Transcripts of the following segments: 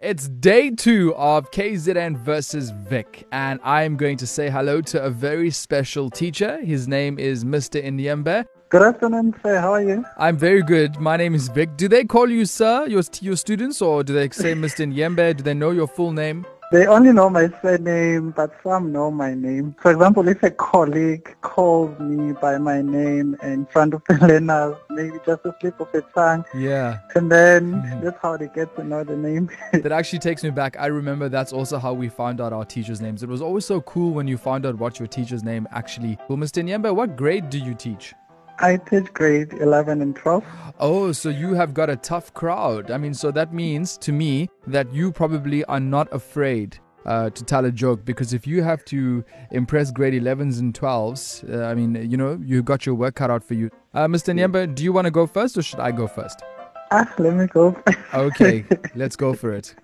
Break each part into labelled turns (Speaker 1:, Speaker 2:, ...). Speaker 1: It's day two of KZN versus Vic, and I'm going to say hello to a very special teacher. His name is Mr. Inyembe.
Speaker 2: Good afternoon, sir. How are you?
Speaker 1: I'm very good. My name is Vic. Do they call you sir, your, your students, or do they say Mr. Inyembe? Do they know your full name?
Speaker 2: They only know my surname, but some know my name. For example, if a colleague calls me by my name in front of the learners, maybe just a slip of the tongue,
Speaker 1: Yeah.
Speaker 2: and then that's how they get to know the name.
Speaker 1: That actually takes me back. I remember that's also how we found out our teachers' names. It was always so cool when you found out what your teacher's name actually. Well, Mr. Nyembe, what grade do you teach?
Speaker 2: I teach grade 11 and 12.
Speaker 1: Oh, so you have got a tough crowd. I mean, so that means to me that you probably are not afraid uh, to tell a joke because if you have to impress grade 11s and 12s, uh, I mean, you know, you got your work cut out for you. Uh, Mr. Nyembe, do you want to go first or should I go first?
Speaker 2: Ah, let me go.
Speaker 1: Okay, let's go for it.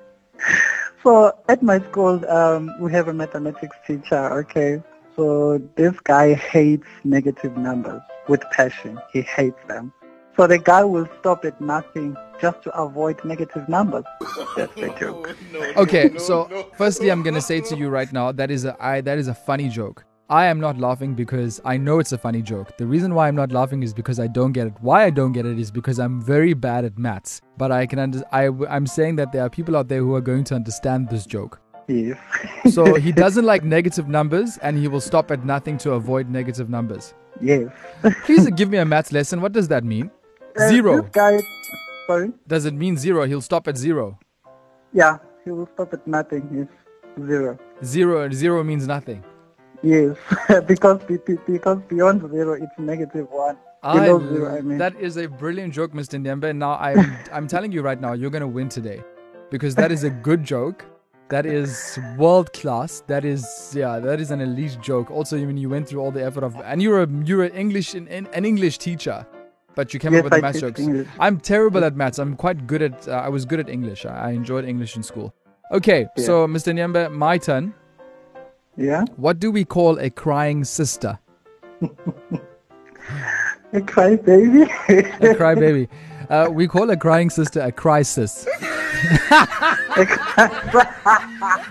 Speaker 2: So at my school, um, we have a mathematics teacher, okay? So this guy hates negative numbers with passion. He hates them. So the guy will stop at nothing just to avoid negative numbers. That's the joke.
Speaker 1: Okay, so firstly, I'm gonna say to you right now that is a I, that is a funny joke. I am not laughing because I know it's a funny joke. The reason why I'm not laughing is because I don't get it. Why I don't get it is because I'm very bad at maths. But I can under, I I'm saying that there are people out there who are going to understand this joke.
Speaker 2: Yes.
Speaker 1: So he doesn't like negative numbers, and he will stop at nothing to avoid negative numbers.
Speaker 2: yes.
Speaker 1: Please give me a maths lesson. What does that mean?
Speaker 2: Uh,
Speaker 1: Zero.
Speaker 2: This guy, sorry?
Speaker 1: Does it mean zero? He'll stop at zero.
Speaker 2: Yeah, he will stop at nothing. Yes. Zero.
Speaker 1: Zero zero means nothing.
Speaker 2: Yes. because be- be- because beyond zero, it's negative one.
Speaker 1: I
Speaker 2: Below zero, I mean.
Speaker 1: That is a brilliant joke, Mr. Ndiembe. Now I'm I'm telling you right now, you're gonna win today. Because that is a good joke. That is world class. That is yeah, that is an elite joke. Also, I mean you went through all the effort of and you're a you're an English an, an English teacher. But you came
Speaker 2: Yes,
Speaker 1: up with the
Speaker 2: I
Speaker 1: math
Speaker 2: teach
Speaker 1: jokes.
Speaker 2: English.
Speaker 1: I'm terrible at maths. I'm quite good at uh, I was good at English. I, I enjoyed English in school. Okay,
Speaker 2: Yeah.
Speaker 1: so Mr. Nyembe, my turn.
Speaker 2: yeah.
Speaker 1: What do we call a crying sister?
Speaker 2: A cry baby.
Speaker 1: A crybaby. Uh, we call a crying sister a crisis.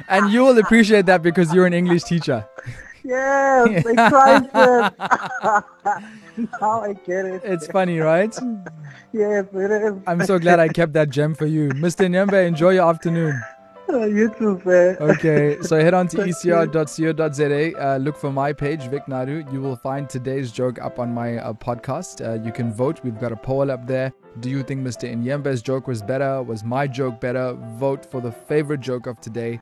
Speaker 1: and you will appreciate that because you're an English teacher.
Speaker 2: Yes, I tried it. now I get it.
Speaker 1: It's funny, right?
Speaker 2: Yes, it is.
Speaker 1: I'm so glad I kept that gem for you. Mr. Nyembe, enjoy your afternoon.
Speaker 2: Uh, you too, sir.
Speaker 1: Okay, so head on to E
Speaker 2: Thank you.
Speaker 1: ecr.co.za. Uh, look for my page, Vic Naru. You will find today's joke up on my uh, podcast. Uh, you can vote. We've got a poll up there. Do you think Mr. Inyembe's joke was better? Was my joke better? Vote for the favorite joke of today.